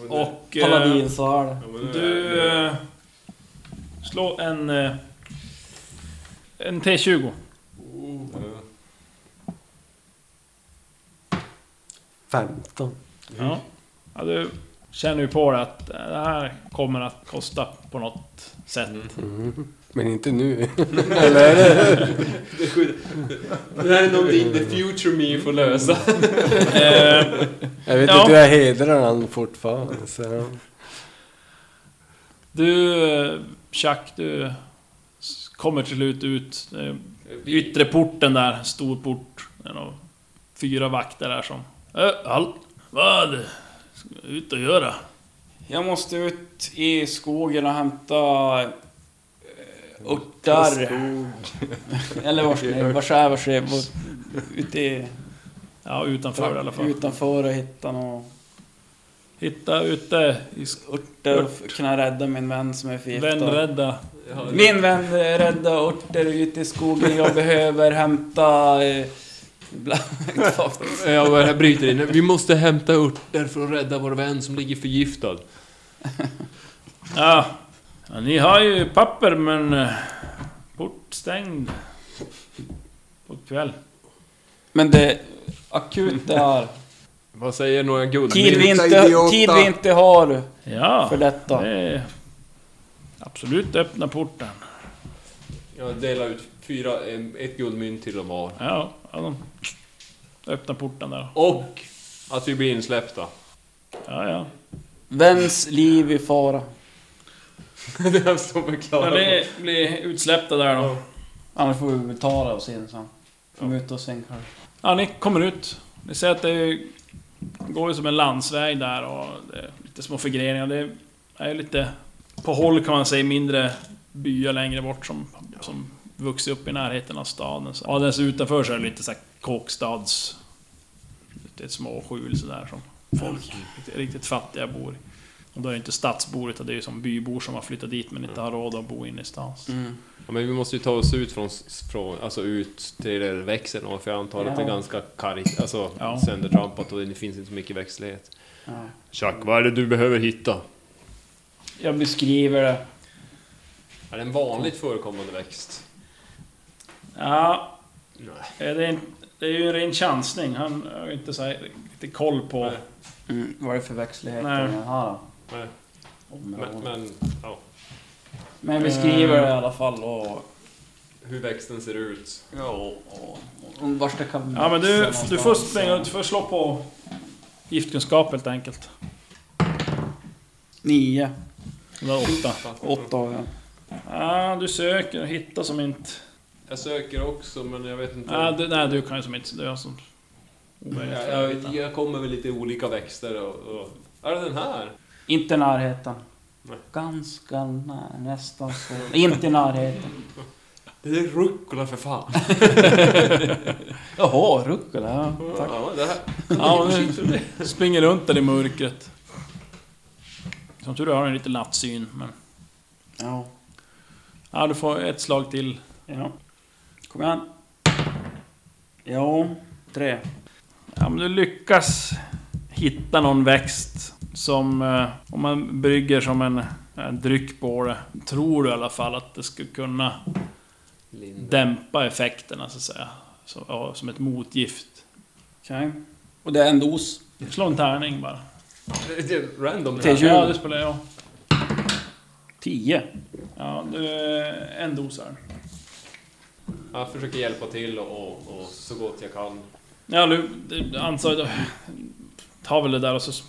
Och... eh, Paladinsvärd. Du... eh, Slå en... eh, En T20. Femton. Ja. ja du känner ju på det att eh, det här kommer att kosta på något sätt. Men inte nu. Det här är någonting the future me får lösa. Eh, Jag vet Ja. inte hur jag hedrar han fortfarande. Så. du, eh, Chuck, du s- kommer till slut ut. eh, Yttre porten där, stor port. Det är nog fyra vakter där som... Äh, hall, vad? Ska jag ut och göra? Jag måste ut i skogen och hämta eh, örter. Eller vars nej, vars är, vars är. vars- Ute i, Ja, utanför i alla fall. utanför och hitta några Hitta ute i sk- örter och kunna rädda min vän som är förgiftad. vänrädda. Min vän eh, rädda örter ute i skogen. Jag behöver hämta... eh, bla- Jag bara bryter in. Vi måste hämta örter för att rädda vår vän som ligger förgiftad. Ja, ja, ni har ju papper men... eh, Port stängd. På kväll. Men det akuta är... Vad säger några Tid guldmynt? vi inte, tid vi inte har Ja. för detta. Det är absolut öppna porten. Jag delar ut fyra, en- ett guldmynt till dem var. Ja, ja de öppna porten där. Och att vi blir insläppta. Ja, ja. Vems liv i fara? Det här står förklarat. Bli, bli utsläppta där då. Annars får vi väl ta oss in sen. Får vi ut oss in kanske. Ja, ni kommer ut. Ni ser att det går ju som en landsväg där och det är lite små förgreningar. Det är ju lite... På håll kan man säga mindre byar längre bort som, som vuxit upp i närheten av staden. Så, ja, dess utanför så är det lite så här kåkstads... Lite små skjul sådär som folk, riktigt, riktigt fattiga, bor i. Och då är det inte stadsbor utan det är ju som bybor som har flyttat dit men inte har råd att bo inne i stan. Ja, men vi måste ju ta oss ut från, från alltså ut till växeln och för jag antar att det är ganska kargt, alltså Ja. söndertrampat och det finns inte så mycket växtlighet. Chuck, vad är det du behöver hitta? Jag beskriver det. Är det en vanligt förekommande växt? Ja, Nej. det är, en, det är ju en ren chansning. Han har ju inte så här, lite koll på... Nej. Mm. Vad är det för växtligheter Nej. jag har då? Nej. Men, Områden. men ja, Men jag beskriver det i alla fall och... hur växten ser ut. Ja, och, och, och vart det kan Ja men du, växa du får någonstans. slänga, du får slå på giftkunskap helt enkelt. Nio. Det var åtta. Åtta har jag. Ja, du söker och hittar som inte... Jag söker också men jag vet inte. Ja, du, nej, du kan ju som inte... alltså- Du har som... jag, jag, jag kommer med lite olika växter och, och är det den här? Inte i närheten. Nej. Ganska nära, nästan så. Inte i närheten. Det är rucola för fan. Jaha, rucola. Ja, tack. Ja, det här. Ja, nu springer runt där i mörkret. Som tur är har en lite nattsyn, men... Ja. Ja, du får ett slag till. ja. Kom igen. Ja, tre. Ja, men du lyckas hitta någon växt som, eh, om man brygger som en, en dryck på det, tror du i alla fall att det skulle kunna dämpa effekterna så att säga. Så, ja, som ett motgift. Okej. Och det är en dos. Slå en tärning bara. Random. Till tjugo. Ja, det spelar jag. Tio. Ja, du, eh, en dos här. Jag försöker hjälpa till och, och, och så gott jag kan. Ja, du, du ansar... Tar väl det där och så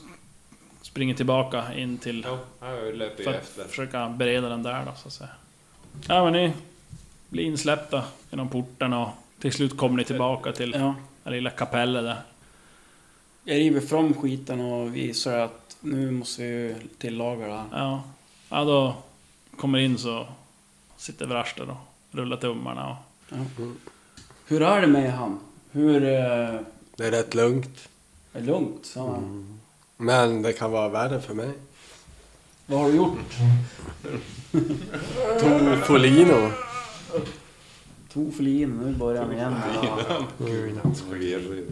springer tillbaka in till... Ja, jag löper ju För att efter. försöka bereda den där då, så att säga. Ja, men ni blir insläppta genom porten och till slut kommer ni tillbaka till Ja. det lilla kapellet där. Jag river fram skiten och visar att nu måste vi ju tillaga det här. Ja, ja då kommer in så sitter Vrashta då. Rullar tummarna och... Hur är det med han? Hur... eh, Det är rätt lugnt. är det lugnt? sa han. Men det kan vara värre för mig. Vad har du gjort? Polino. Tog flin, nu börjar han igen. Skevrig.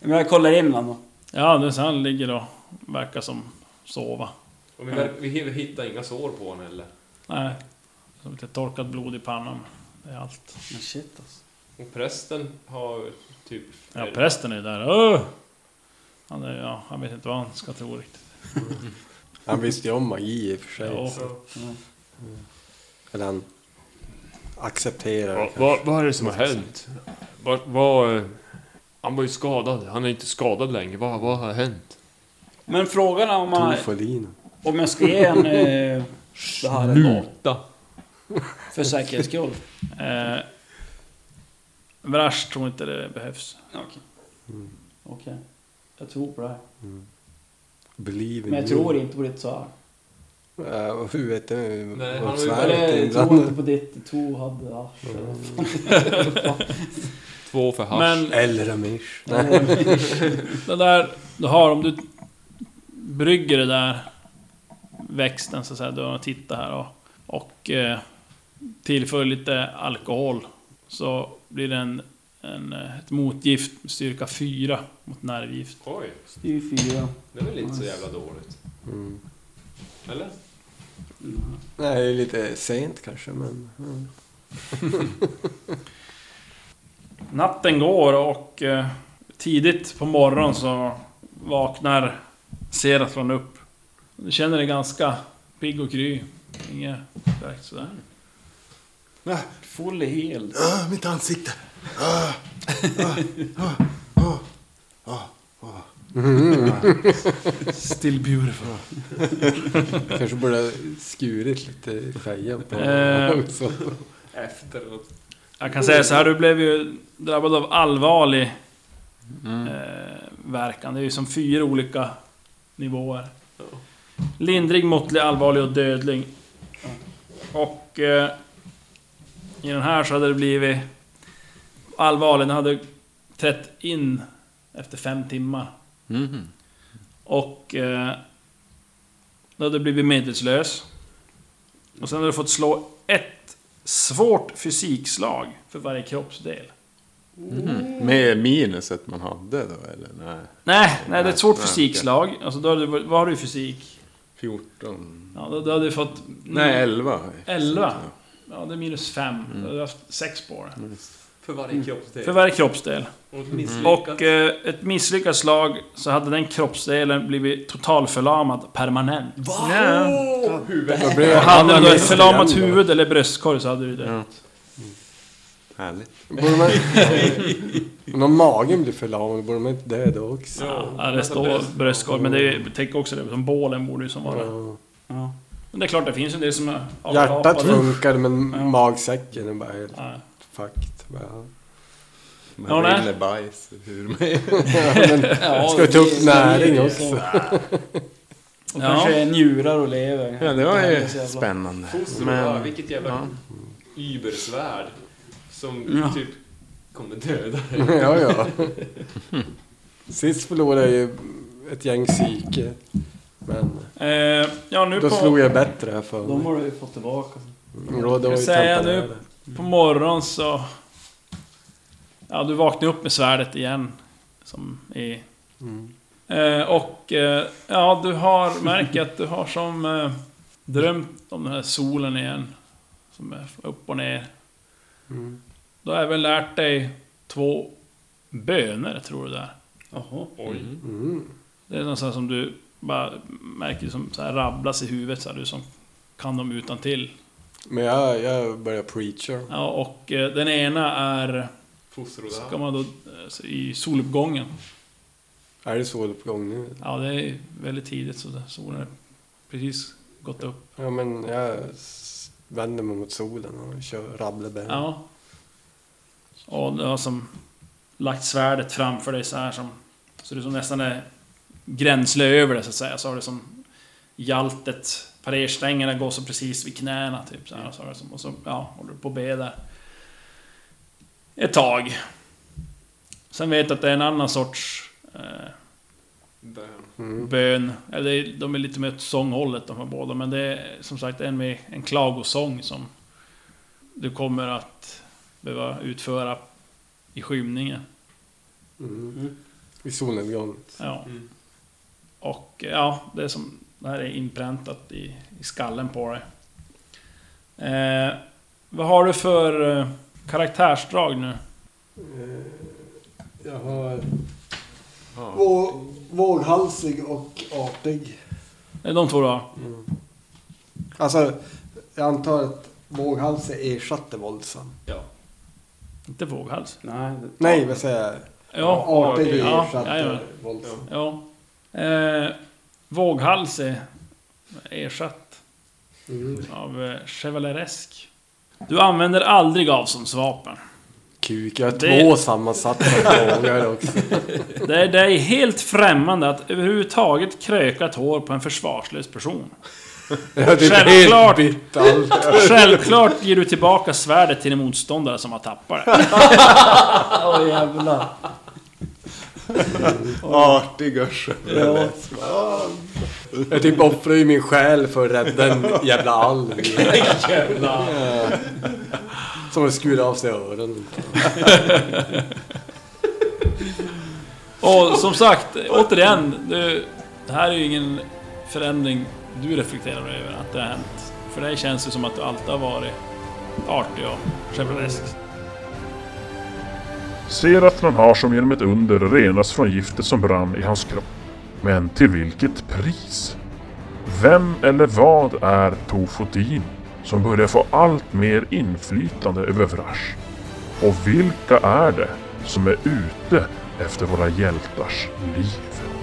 Men jag kollar in honom. Ja, nu så han ligger och verkar som sova. Och vi, verk- vi hittar inga sår på honom heller. Nej, som lite torkat blod i pannan. Det är allt. Men shit alltså. Och prästen har typ... Ja, prästen är ju där. Öh! Han är, ja, han vet inte vad han ska tro riktigt. Han visste ju om magi i och för sig. Ja. Eller han accepterar det Vad, kanske. vad, vad är det som har hänt? Vad, vad, eh, han var ju skadad. Han är inte skadad längre. Vad, vad har hänt? Men frågan är om, man, Tofolino. om jag ska ge en... Eh, det här är Sluta! för säkerhets skull. Eh, Vrash tror inte det behövs. Okej. Mm. Okej. Jag tror på det här. Believe in Men jag tror inte på ditt svar. Uh, och hur vet du Nej, han vad har ju svärdet Eller är jag tror inblandat? inte på ditt. Jag tror hade arsel. Två för hasch. Men Eller Amish. det där du har, om du brygger det där växten så att säga, du har tittat här och, och eh, tillför lite alkohol så blir det en, en, eh, ett motgift med styrka 4 mot nervgift. Oj, Styr fyra. det är väl inte så jävla dåligt? Eller? Nej, det är lite sent kanske men... Mm. Natten går och eh, tidigt på morgonen så vaknar Serafron upp. Du känner dig ganska pigg och kry. Inget direkt sådär. Full hel. Ah, mitt ansikte! Still beautiful. Kanske borde ha skurit lite i fejan på Eh. också. Efteråt. Jag kan säga så här, du blev ju drabbad av allvarlig eh, verkan. Det är ju som fyra olika nivåer. Lindrig, måttlig, allvarlig och dödlig. Och eh, i den här så hade det blivit... Allvarlig, den hade trätt in efter fem timmar. Och... Eh, då hade du blivit medvetslös. Och sen hade du fått slå ett svårt fysikslag för varje kroppsdel. Med minuset man hade då eller? Nej. Nej, nej det är ett svårt Nej, fysikslag. Alltså, då hade du, vad har du i fysik? 14. Ja, då, då hade du fått... Nej, 11. 11. Ja, det är minus 5. Då hade du haft 6 på det. För varje kroppsdel. För varje kroppsdel. Och Mm. misslyckat. Och eh, ett misslyckat slag så hade den kroppsdelen blivit totalförlamad permanent. Ja. Då blev Och jag hade du då ett analys förlamat igen då. huvud eller bröstkorg så hade du det. Härligt. Borde man... Men om magen blir förlamad, borde man inte dö då också? Ja, det står bröstkorg, men det är, ju- tänk också det, som bålen borde ju som vara det. Ja. Men det är klart, det finns ju en del som är Hjärtat avkapade. funkar men magsäcken är bara helt Ja. fucked. Bara. Man Ja, nej. rinner bajs ur mig. Ska vi ta upp näring också? Och Ja. kanske njurar och lever. Ja, det var här ju är så jävla- spännande. Fostro, Men- bara, vilket jävla ybersvärd. Som typ kommer döda dig. ja, ja. Sist förlorade jag ju ett gäng psyke. Men Eh, ja, nu då på... slog jag bättre här för De mig. har du ju fått tillbaka. Då, då var Ska ju säga tempen nu- över. På morgonen så... Ja, du vaknar upp med svärdet igen. Som i... Mm. Eh, och eh, ja, du har märkt att du har som eh, drömt om den här solen igen. Som är upp och ner. Mm. Du har även lärt dig två böner, tror du där. Jaha. Mm. Det är något sånt som du bara märker som så här rabblas i huvudet, så här, du som kan dem utan till. Men jag, jag börjar preacha. Ja, och eh, den ena är... Fosrodam. Ska man då... eh, I soluppgången. Är det soluppgång nu? Ja, det är väldigt tidigt så solen är precis gått upp. Ja, men jag s- vänder mig mot solen och kör rabblebön. Ja. Och du har som lagt svärdet framför dig så här som... Så du som nästan är gränsle över det så att säga. Så har du som hjaltet, parerstängerna går så precis vid knäna typ. Så här, och, så har du som, och så ja, håller du på och ber där. Ett tag. Sen vet du att det är en annan sorts... Eh, bön. Eller det är- de är lite mer åt sånghållet de här båda. Men det är som sagt en med en klagosång som du kommer att behöva utföra i skymningen. Mm. I solnedgång. Ja. Och ja, det är som... Det här är inpräntat i, i skallen på dig. Eh, vad har du för eh, karaktärsdrag nu? Jag har... Vå, våghalsig och artig. Det är de två du har? Alltså, jag antar att våghalsig ersatte våldsam. Inte våghals? Nej, det... Nej, vad säger jag? Ja, Artig Ja, ersatte eh, jajamän. våldsam. ja. Eh, våghals är ersatt. Mm. av eh, chevaleresk. Du använder aldrig avståndsvapen. Kuk, jag har Det- två sammansatta gånger också. Det är dig helt främmande att överhuvudtaget kröka ett hår på en försvarslös person. Ja, det är Självklart. typ helt bytt allt. Självklart ger du tillbaka svärdet till din motståndare som har tappat det. Åh jävlar. Artig och skön. Ja. Jag typ offrar ju min själ för att rädda en jävla alv. Ja. Som har skurit av sig öronen. Och som sagt, återigen. Du, det här är ju ingen förändring du reflekterar över att det har hänt. För dig känns det som att du alltid har varit artig och chevaleresk. ser att han har som genom ett under renas från giftet som brann i hans kropp. Men till vilket pris? Vem eller vad är Tofotin som börjar få allt mer inflytande över Vrash? Och vilka är det som är ute efter våra hjältars liv?